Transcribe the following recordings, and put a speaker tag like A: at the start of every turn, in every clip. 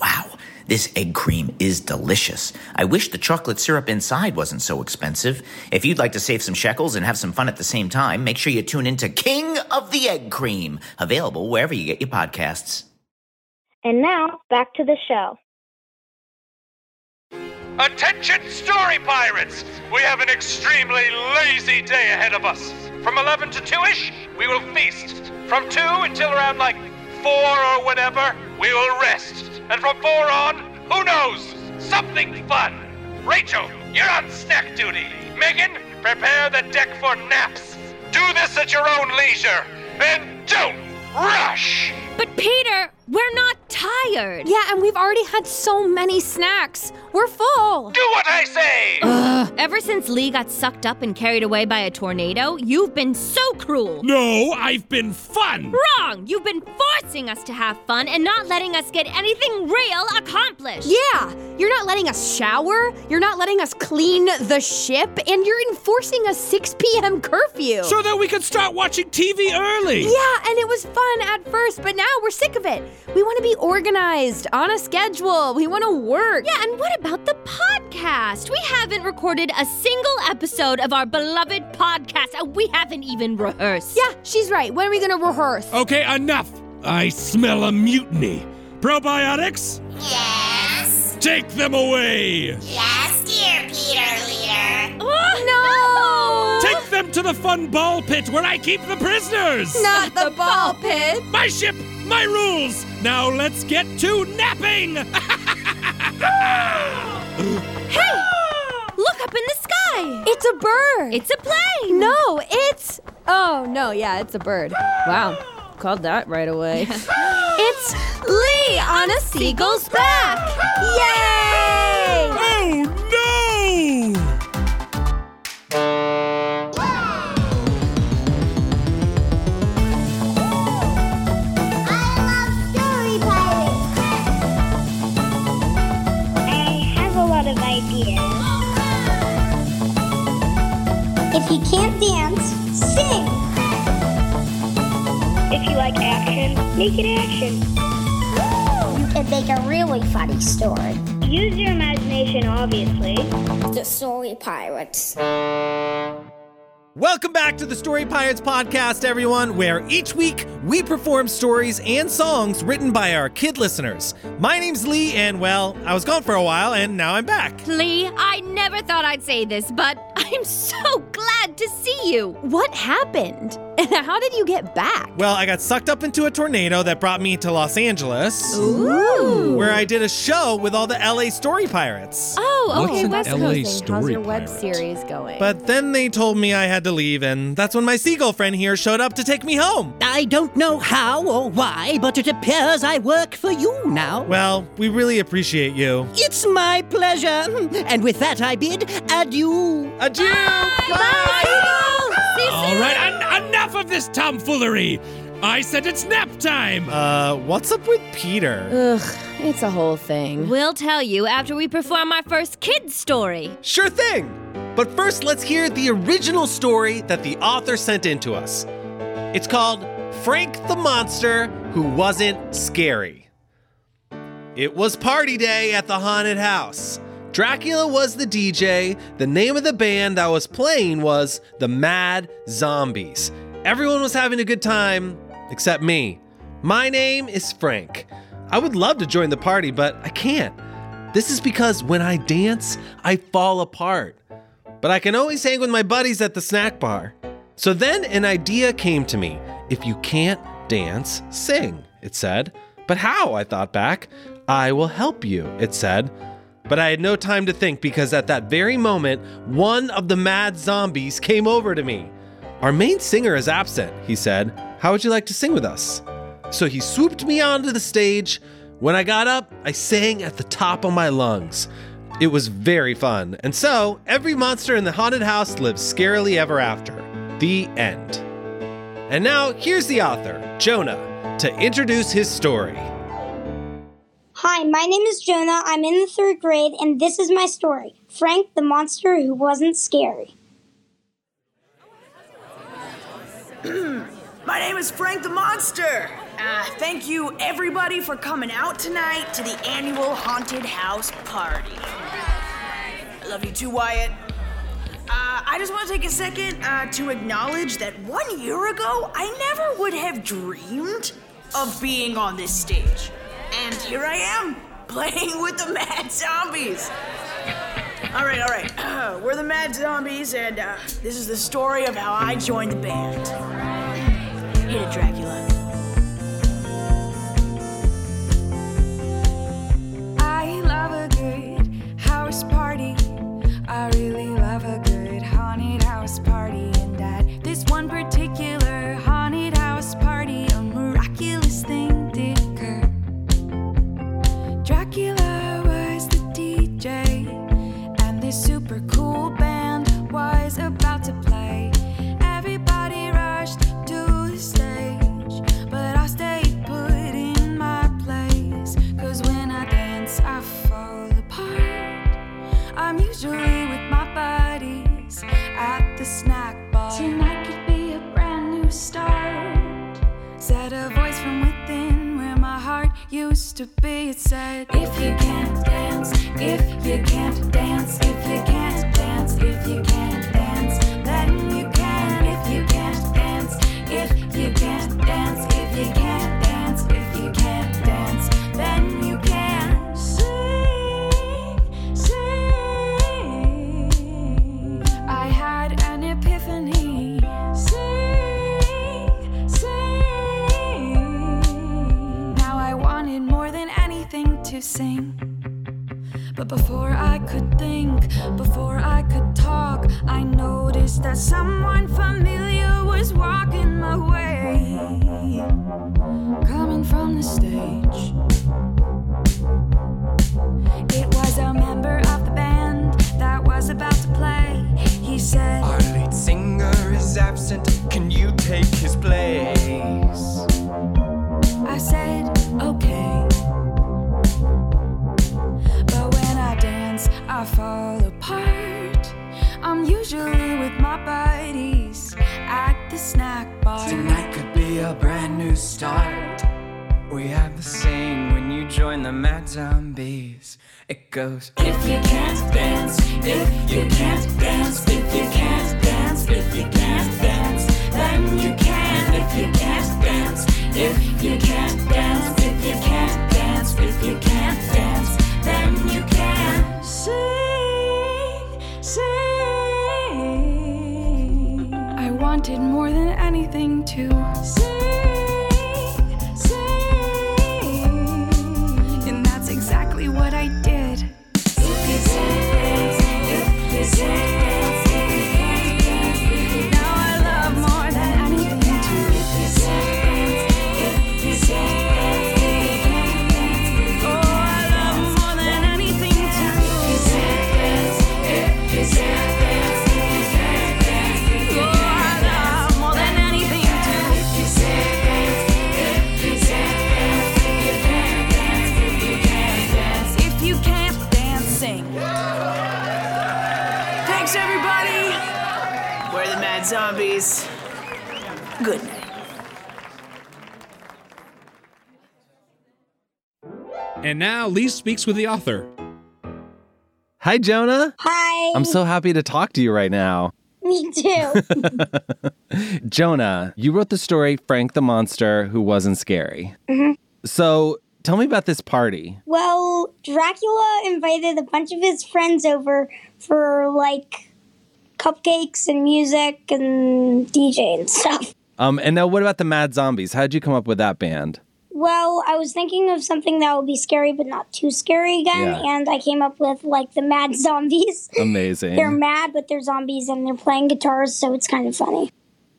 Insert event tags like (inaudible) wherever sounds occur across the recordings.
A: Wow, this egg cream is delicious. I wish the chocolate syrup inside wasn't so expensive. If you'd like to save some shekels and have some fun at the same time, make sure you tune in to King of the Egg Cream, available wherever you get your podcasts.
B: And now back to the show.
C: Attention, story pirates! We have an extremely lazy day ahead of us. From 11 to 2 ish, we will feast. From 2 until around like 4 or whatever, we will rest. And from 4 on, who knows? Something fun! Rachel, you're on snack duty. Megan, prepare the deck for naps. Do this at your own leisure, and don't rush!
D: But Peter, we're not tired.
E: Yeah, and we've already had so many snacks. We're full.
C: Do what I say!
D: Ever since Lee got sucked up and carried away by a tornado, you've been so cruel.
F: No, I've been fun.
D: Wrong! You've been forcing us to have fun and not letting us get anything real accomplished.
E: Yeah, you're not letting us shower, you're not letting us clean the ship, and you're enforcing a 6 p.m. curfew.
F: So that we could start watching TV early.
E: Yeah, and it was fun at first, but now we're sick of it. We want to be organized, on a schedule, we want to work.
D: Yeah, and what about the podcast? We haven't recorded a single episode of our beloved podcast, and we haven't even rehearsed.
E: Yeah, she's right. When are we going to rehearse?
F: Okay, enough. I smell a mutiny. Probiotics,
G: Yes.
F: take them away.
G: Yes, dear Peter Leader.
E: Oh,
D: (laughs)
E: no!
F: Take them to the fun ball pit where I keep the prisoners.
E: Not
D: (laughs)
E: the ball pit.
F: My ship, my rules. Now let's get to napping. (laughs)
D: Hey! Look up in the sky!
E: It's a bird.
D: It's a plane!
E: No, it's. Oh, no, yeah, it's a bird. Wow. Called that right
D: (laughs)
E: away. it's Lee on a seagull's back. Yay!
F: oh no!
G: I love story pirates.
B: I have a lot of ideas.
G: If you can't dance, sing.
B: If you like action, make it action.
G: You can make a really funny story.
B: Use your imagination, obviously.
G: The Story Pirates.
H: Welcome back to the Story Pirates Podcast, everyone, where each week we perform stories and songs written by our kid listeners. My name's Lee, and well, I was gone for a while, and now I'm back.
D: Lee, I never thought I'd say this, but I'm so glad to see you.
E: What happened? And how did you get back?
H: Well, I got sucked up into a tornado that brought me to Los Angeles,
E: Ooh.
H: where I did a show with all the LA story pirates.
D: Oh,
F: What's
D: okay.
F: an
D: West
F: LA
D: Coast.
E: Posting, How's
F: story
E: your web
F: pirate?
E: series going?
H: But then they told me I had to leave, and that's when my seagull friend here showed up to take me home.
I: I don't know how or why, but it appears I work for you now.
H: Well, we really appreciate you.
I: It's my pleasure. And with that, I bid adieu.
H: Adieu!
D: See you
F: All
D: soon.
F: right, en- enough of this tomfoolery. I said it's nap time.
H: Uh, what's up with Peter?
E: Ugh, it's a whole thing.
D: We'll tell you after we perform our first kid's story.
H: Sure thing! But first, let's hear the original story that the author sent in to us. It's called Frank the Monster Who Wasn't Scary. It was party day at the haunted house. Dracula was the DJ. The name of the band that was playing was the Mad Zombies. Everyone was having a good time except me. My name is Frank. I would love to join the party, but I can't. This is because when I dance, I fall apart. But I can always hang with my buddies at the snack bar. So then an idea came to me. If you can't dance, sing, it said. But how? I thought back. I will help you, it said. But I had no time to think because at that very moment, one of the mad zombies came over to me. Our main singer is absent, he said. How would you like to sing with us? So he swooped me onto the stage. When I got up, I sang at the top of my lungs. It was very fun. And so, every monster in the haunted house lives scarily ever after. The end. And now, here's the author, Jonah, to introduce his story.
G: Hi, my name is Jonah. I'm in the third grade, and this is my story Frank, the monster who wasn't scary.
J: (clears throat) My name is Frank the Monster. Uh, thank you, everybody, for coming out tonight to the annual Haunted House Party. I love you too, Wyatt. Uh, I just want to take a second uh, to acknowledge that one year ago, I never would have dreamed of being on this stage. And here I am, (laughs) playing with the Mad Zombies. All right, all right. (clears throat) we're the Mad Zombies, and uh, this is the story of how I joined the band. Hit it, Dracula.
K: I love a good house party. I really love a good haunted house party. And at this one particular haunted house party, a miraculous thing did occur. Dracula was the DJ, and this super cool band was about to play. Everybody rushed to the stage, but I stayed put in my place. Cause when I dance, I fall apart. I'm usually with my buddies at the snack bar. Tonight could be a brand new start. Said a voice from within where my heart used to be. It said, If you can't dance, if you can't dance, if you can't dance, if you can't dance, then you can. If you can't dance, if you can't dance, if you can't dance, if you can't dance, then you can. Sing, sing. I had an epiphany. Sing, sing. Now I wanted more than anything to sing. But before I could think, before I could talk, I noticed that someone familiar was walking my way. Coming from the stage. It was a member of the band that was about to play. He said,
J: Our lead singer is absent. Can you take his place?
K: I said, okay. But when I dance, I fall apart. I'm usually with my buddies at the snack bar.
J: Tonight could be a brand new start. We have the same when you join the Mad Zombies. It goes.
K: If you can't dance, if you can't dance, if you can't dance, if you can't dance, then you can. If you can't dance, if you can't dance, if you can't dance, if you can't dance, then you can. Sing, sing. I want wanted more than anything to sing, sing. And that's exactly what I did. Now I love more than anything to Oh, I love more than anything to Oh, I love more than anything to
J: If you can't dance, sing. Thanks, everybody. We're the Mad Zombies. Good night.
L: And now Lee speaks with the author.
H: Hi, Jonah.
G: Hi.
H: I'm so happy to talk to you right now.
G: Me too.
H: (laughs) Jonah, you wrote the story Frank the Monster Who Wasn't Scary.
G: Mhm.
H: So tell me about this party.
G: Well, Dracula invited a bunch of his friends over for like cupcakes and music and DJ and stuff.
H: Um, and now, what about the Mad Zombies? How'd you come up with that band?
G: Well, I was thinking of something that would be scary but not too scary again,
H: Yeah.
G: and I came up with like the mad (laughs) zombies. They're
H: Amazing.
G: mad, but they're zombies and they're playing guitars, so it's kind of funny.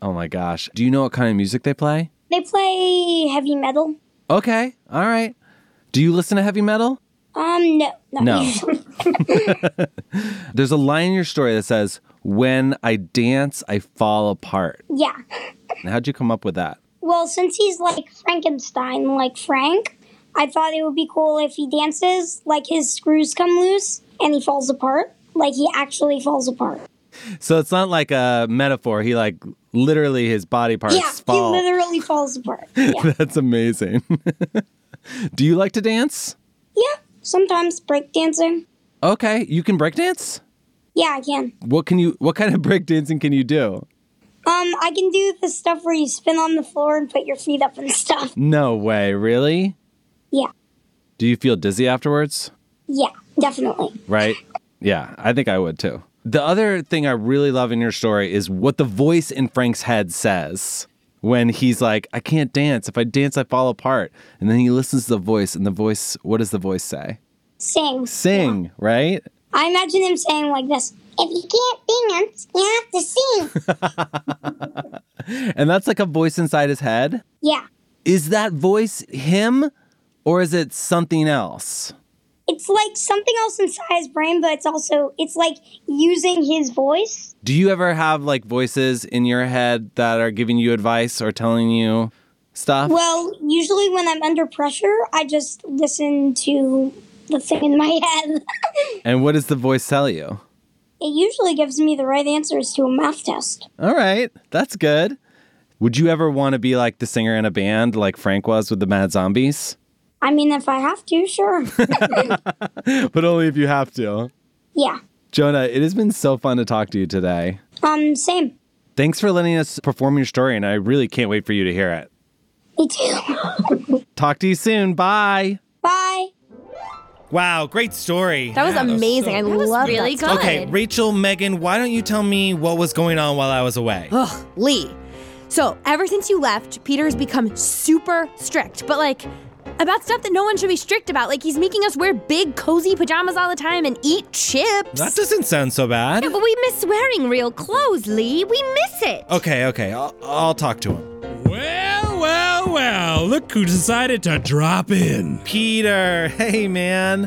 H: Oh my gosh. Do you know what kind of music they play?
G: They play heavy metal.
H: Okay. All right. Do you listen to heavy metal?
G: Um, no, not
H: No.
G: usually.
H: There's a line in your story that says, When I dance, I fall apart.
G: (laughs) yeah.
H: How'd you come up with that?
G: Well, since he's like Frankenstein, like Frank, I thought it would be cool if he dances, like his screws come loose and he falls apart. Like he actually falls apart.
H: So it's not like a metaphor. He, like, literally, his body parts
G: yeah,
H: fall.
M: Oh.
G: he literally falls apart. Yeah.
H: (laughs) That's amazing. (laughs) Do you like to dance?
G: yeah, sometimes break dancing.
H: Okay. You can breakdance?
G: Yeah, I can.
H: What can you what kind of (laughs) breakdancing can you do?
G: Um, I can do the stuff where you spin on the floor and put your feet up and stuff.
H: No way, really?
G: Yeah,
H: Do you feel dizzy afterwards?
G: yeah, definitely.
H: Right? Yeah, I think I would too. The other thing I really love in your story is what the voice in Frank's head says when he's like, I can't dance. If I dance, I fall apart. And then he listens to the voice, and the voice, what does the voice say?
G: Sing.
H: Sing, right?
G: I imagine him saying like this: "If you can't dance, you have to sing."
H: And that's like a voice inside his head.
G: yeah,
H: Is that voice him or is it something else?
G: it's like something else inside his brain, but it's also it's like using his voice.
H: Do you ever have like voices in your head that are giving you advice or telling you stuff?
G: Well, usually when I'm under pressure, I just listen to the thing in my (laughs) head.
H: and what does the voice tell you?
G: it usually gives me the right answers to a math test.
H: All right, that's good. Would you ever want to be like the singer in a band like Frank was with the Mad Zombies? (laughs)
G: I mean, if I have to, sure.
H: but only if you have to.
G: yeah.
H: Jonah, it has been so fun to talk to you today.
G: Um. Same.
H: Thanks for letting us perform your story, and I really can't wait for you to hear it.
G: Me too.
E: (laughs)
H: Talk to you soon. Bye.
G: Bye.
H: Wow, great story.
E: That was amazing. I love
D: really
E: that. story.
H: Okay, Rachel, Megan, why don't you tell me what was going on while I was away?
E: Ugh, Lee. So, ever since you left, Peter has become super strict, but like about stuff that no one should be strict about. Like, he's making us wear big, cozy pajamas all the time and eat chips.
H: That doesn't sound so bad.
D: Yeah, but we miss wearing real clothes, Lee. We miss it.
H: Okay, okay, I'll, I'll talk to him.
F: Well, well, well, look who decided to drop in.
H: Peter, hey man.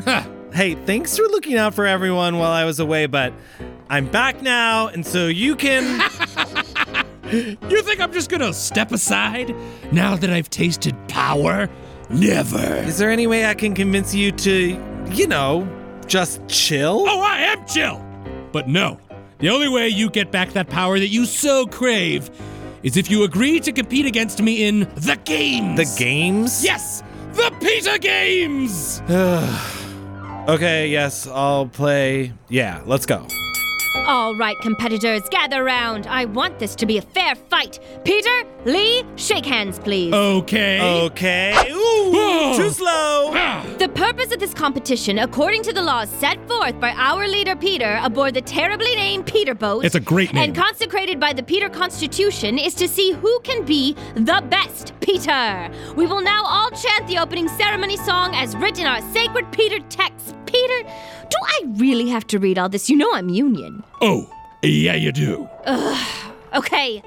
H: Hey, thanks for looking out for everyone while I was away, but I'm back now, and so you can.
F: (laughs) You think I'm just gonna step aside now that I've tasted power? Never.
H: Is there any way I can convince you to, you know, just chill?
F: Oh, I am
H: (sighs)
F: chill! But no, the only way you get back that power that you so crave is if you agree to compete against me in the games. The
H: games?
F: Yes! The Peter Games!
H: okay, yes, I'll play. Yeah, let's go.
D: All right, competitors, gather round. I want this to be a fair fight. Peter, Lee, shake hands, please.
F: Okay.
M: Okay. Ooh, too slow.
D: The purpose of this competition, according to the laws set forth by our leader Peter aboard the terribly named Peter boat,
F: It's a great name.
D: and consecrated by the Peter Constitution, is to see who can be the best Peter. We will now all chant the opening ceremony song as written in our sacred Peter text. Peter, do I really have to read all this? You know I'm Union.
F: Oh, yeah, you do. (laughs)
D: Ugh. Okay,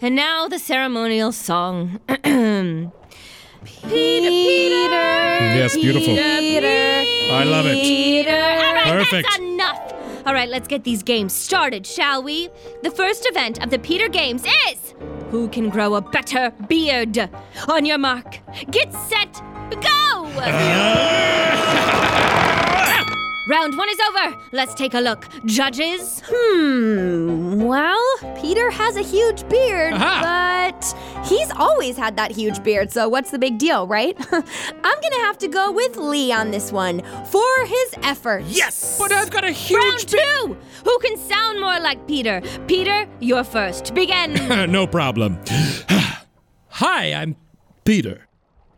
D: and now the ceremonial song. (clears throat) Peter, Peter.
F: Yes, beautiful. I love it.
D: Peter. All right,
F: Perfect.
D: that's enough. All right, let's get these games started, shall we? The first event of the Peter Games is who can grow a better beard. On your mark, get set,
F: (laughs)
D: go. Round one is over. Let's take a look. Judges?
E: Hmm. Well, Peter has a huge beard, but he's always had that huge beard, so what's the big deal, right? (laughs) I'm gonna have to go with Lee on this one for his effort.
M: Yes!
E: But I've got a huge
D: Round two! Who can sound more like Peter? Peter, you're first. Begin.
F: no problem. (laughs) Hi, I'm Peter.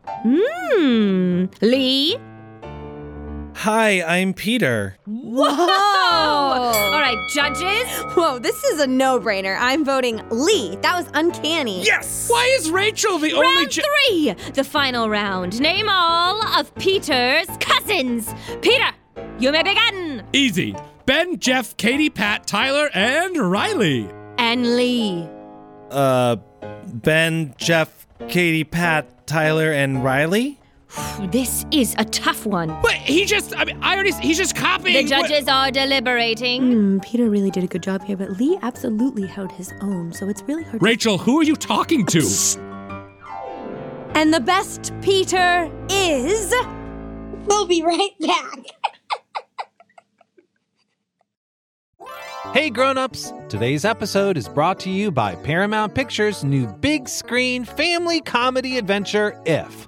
D: Hmm. Lee?
M: Hi, I'm Peter.
E: Whoa! All
D: right, judges.
E: Whoa, this is a no-brainer. I'm voting Lee. That was uncanny.
M: Yes.
F: Why is Rachel the
D: only round three? The final round. Name all of Peter's cousins. Peter, you may begin.
F: Easy. Ben, Jeff, Katie, Pat, Tyler, and Riley.
D: And Lee.
M: Uh, Ben, Jeff, Katie, Pat, Tyler, and Riley.
D: This is a tough one.
F: But he just, I mean, I already, he's just
D: The
F: copying.
D: judges are deliberating.
E: Hmm, Peter really did a good job here, but
F: (laughs)
E: Lee absolutely held his own, so it's really hard.
F: Rachel, who are you talking to?
E: And the best Peter is.
G: We'll be right back.
H: Hey grown-ups, today's episode is brought to you by Paramount Pictures' new big screen family comedy adventure If.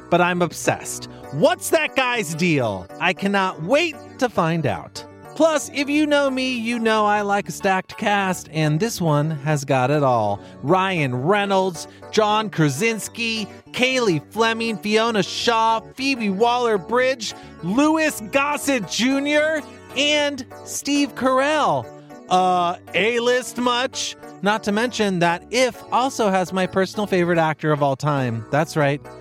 H: but I'm obsessed. What's that guy's deal? I cannot wait to find out. Plus, if you know me, you know I like a stacked cast, and this one has got it all. Ryan Reynolds, John Krasinski, Kaylee Fleming, Fiona Shaw, Phoebe Waller Bridge, Louis Gossett Jr., and Steve Carell. Uh, A list much? Not to mention that If also has my personal favorite actor of all time. That's right,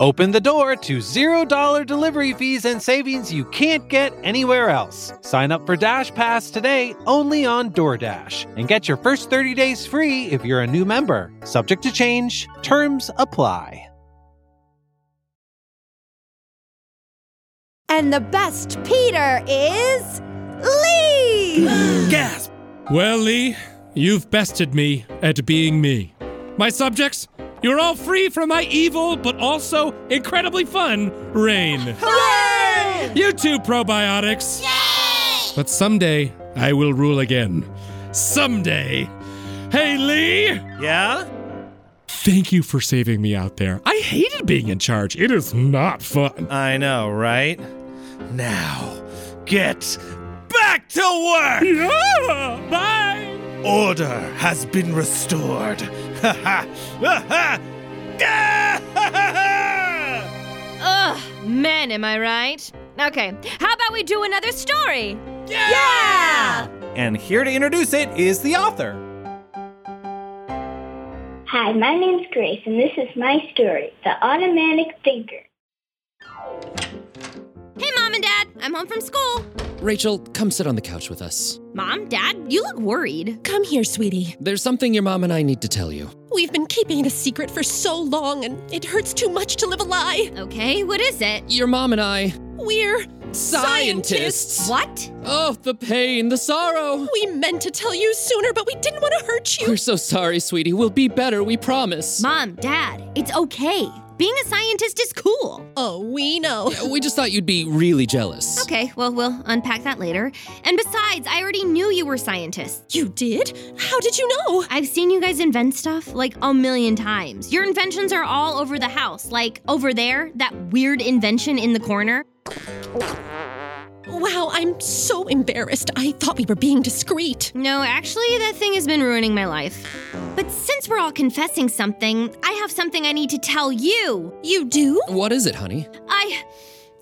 H: Open the door to $0 delivery fees and savings you can't get anywhere else. Sign up for Dash Pass today only on DoorDash and get your first 30 days free if you're a new member. Subject to change, terms apply.
E: And the best Peter is Lee!
F: Gasp! Well, Lee, you've bested me at being me. My subjects, you're all free from my evil but also incredibly fun reign. Hooray! You too, probiotics. But someday I will rule again. Someday. Hey, Lee!
M: Yeah?
F: Thank you for saving me out there. I hated being in charge. It is not fun.
M: I know, right? Now, get back to work!
F: Yeah! Bye!
M: Order has been restored. Ha ha! Ha ha!
D: Ugh, men, am I right? Okay, how about we do another story? Yeah!
H: And here to introduce it is the author.
B: Hi, my name's Grace, and this is my story, The Automatic Thinker.
D: Hey, Mom and Dad, I'm home from school.
N: Rachel, come sit on the couch with us.
D: Mom, Dad, you look worried.
O: Come here, sweetie.
N: There's something your mom and I need to tell you.
O: We've been keeping it a secret for so long, and it hurts too much to live a lie.
D: Okay, what is it?
N: Your mom and I.
O: We're scientists.
D: What?
N: Oh, the pain, the sorrow.
O: We meant to tell you sooner, but we didn't want to hurt you.
N: We're so sorry, sweetie. We'll be better, we promise.
D: Mom, Dad, it's okay. Being a scientist is cool.
O: Oh, we know.
N: Yeah, Uh, we just thought you'd be really jealous.
D: Okay, well, we'll unpack that later. And besides, I already knew you were scientists.
O: You did? How did you know?
D: I've seen you guys invent stuff like a million times. Your inventions are all over the house, like over there, that weird invention in the corner.
O: Wow, I'm so embarrassed. I thought we were being discreet.
D: No, actually, that thing has been ruining my life. But since we're all confessing something, I have something I need to tell you.
O: You do?
N: What is it, honey?
D: I.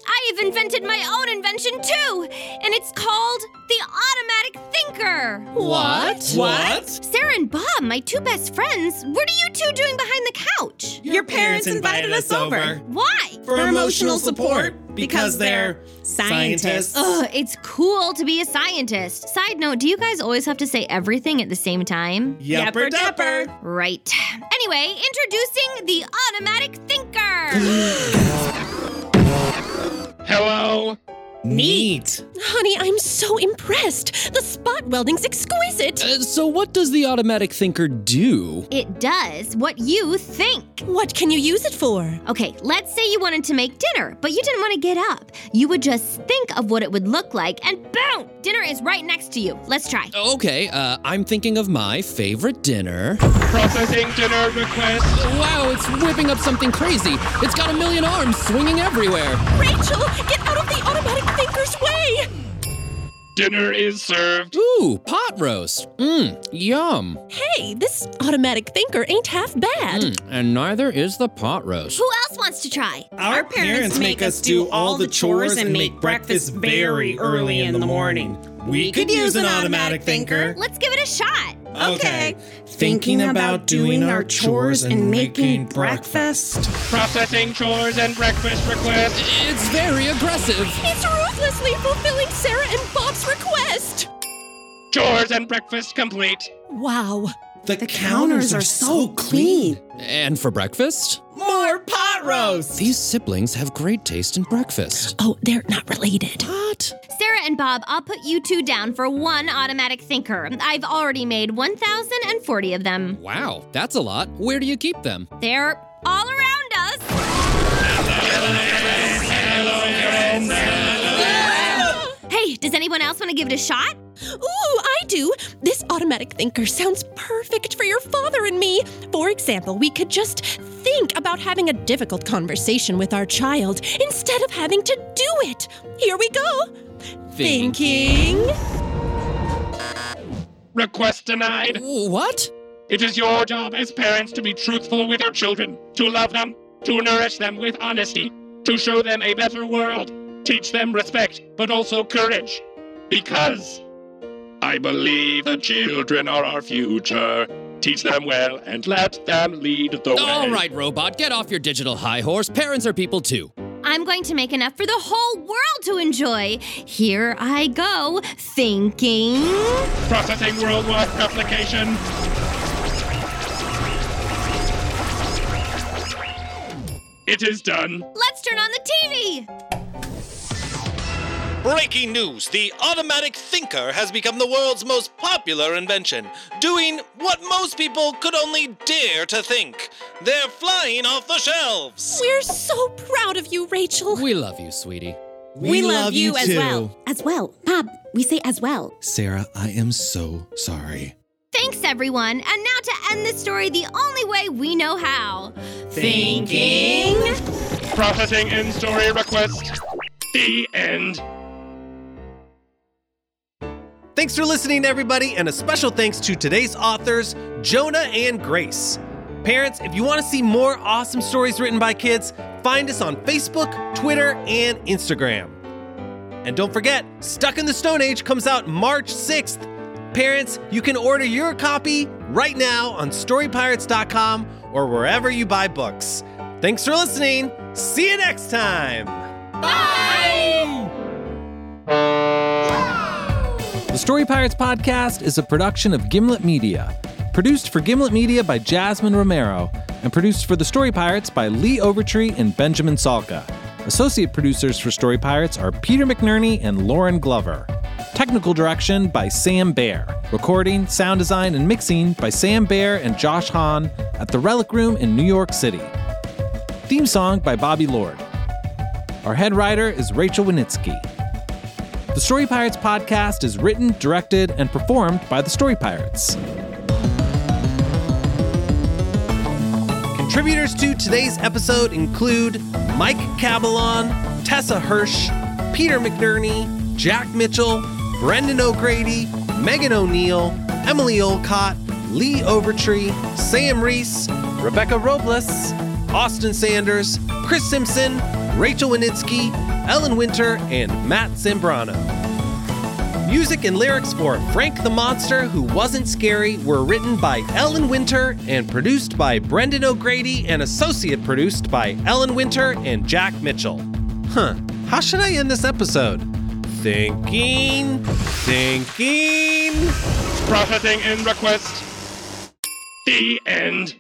D: I've invented my own invention too, and it's called the automatic thinker.
O: What?
M: What?
D: Sarah and Bob, my two best friends, what are you two doing behind the couch?
M: Your (laughs) parents invited us over.
D: Why?
M: For emotional support. Because they're scientists.
D: Ugh, it's cool to be a scientist. Side note, do you guys always have to say everything at the same time?
M: Yepper depper.
D: Right. Anyway, introducing the automatic thinker.
L: Hello?
M: Neat.
O: Honey, I'm so impressed. The spot welding's exquisite.
N: Uh, so, what does the automatic thinker do?
D: it does what you think.
O: What can you use it for?
D: Okay, let's say you wanted to make dinner, but you didn't want to get up. You would just think of what it would look like, and boom! Dinner is right next to you. Let's try.
N: Okay, uh, I'm thinking of my favorite dinner.
L: Processing dinner request.
N: Wow, it's whipping up something crazy. It's got a million arms swinging everywhere.
O: Rachel, get out of the automatic thinker's way!
L: Dinner is served.
N: Ooh, pot roast. Mmm, yum.
O: Hey, this automatic thinker ain't half bad.
N: Mm, and neither is the pot roast.
D: Who else wants to try?
M: Our parents make us do all the chores and make breakfast very early in the morning. We could use an automatic thinker.
D: Let's give it a shot.
M: Okay. Thinking about doing our chores and making breakfast.
L: Processing chores and breakfast request.
N: Hmm. It's very aggressive.
O: It's ruthlessly fulfilling Sarah and Bob's request!
L: Chores and breakfast complete.
O: Wow.
M: The counters are so clean.
N: And for breakfast?
M: More pot roast.
N: These siblings have great taste in breakfast.
O: Oh, they're not related.
N: What?
D: Sarah and Bob, I'll put you two down for one automatic thinker. I've already made 1,040 of them.
N: Wow, that's a lot. Where do you keep them?
D: They're all around us. Hey, does anyone else want to give it a shot?
O: Ooh, I do. This automatic thinker sounds perfect for your father and me. For example, we could just think about having a difficult conversation with our child instead of having to do it. Here we go. Thinking.
L: Request denied.
N: What?
L: It is your job as parents to be truthful with your children, to love them, to nourish them with honesty, to show them a better world, teach them respect, but also courage. Because I believe the children are our future. Teach them well and let them lead the way.
N: All right, robot, get off your digital high horse. Parents are people too.
D: I'm going to make enough for the whole world to enjoy. Here I go, thinking.
L: Processing worldwide application. It is done.
D: Let's turn on the TV!
P: Breaking news the automatic thinker has become the world's most popular invention, doing what most people could only dare to think. They're flying off the shelves.
O: We're so proud of you, Rachel.
N: We love you, sweetie.
Q: We love you as well.
O: As well. Bob, we say as well.
Q: Sarah, I am so sorry.
D: Thanks, everyone. And now to end this story the only way we know how.
L: Thinking. Processing in story request. The end.
H: Thanks for listening, everybody, and a special thanks to today's authors, Jonah and Grace. Parents, if you want to see more awesome stories written by kids, find us on Facebook, Twitter, and Instagram. And don't forget, Stuck in the Stone Age comes out March 6th. Parents, you can order your copy right now on storypirates.com or wherever you buy books. Thanks for listening. See you next time.
D: Bye!
H: The Story Pirates podcast is a production of Gimlet Media. Produced for Gimlet Media by Jasmine Romero, and produced for The Story Pirates by Lee Overtree and Benjamin Salka. Associate producers for Story Pirates are Peter McNerney and Lauren Glover. Technical direction by Sam Baer. Recording, sound design, and mixing by Sam Baer and Josh Hahn at the Relic Room in New York City. Theme song by Bobby Lord. Our head writer is Rachel Winitsky. The Story Pirates podcast is written, directed, and performed by the Story Pirates. Contributors to today's episode include Mike Cabalon, Tessa Hirsch, Peter McNerney, Jack Mitchell, Brendan O'Grady, Megan O'Neill, Emily Olcott, Lee Overtree, Sam Reese, Rebecca Robles, Austin Sanders, Chris Simpson, Rachel Winitsky, Ellen Winter, and Matt Zambrano. Music and lyrics for Frank the Monster Who Wasn't Scary were written by Ellen Winter and produced by Brendan O'Grady and associate produced by Ellen Winter and Jack Mitchell. Huh, how should I end this episode? Thinking, thinking.
L: Processing in request. The end.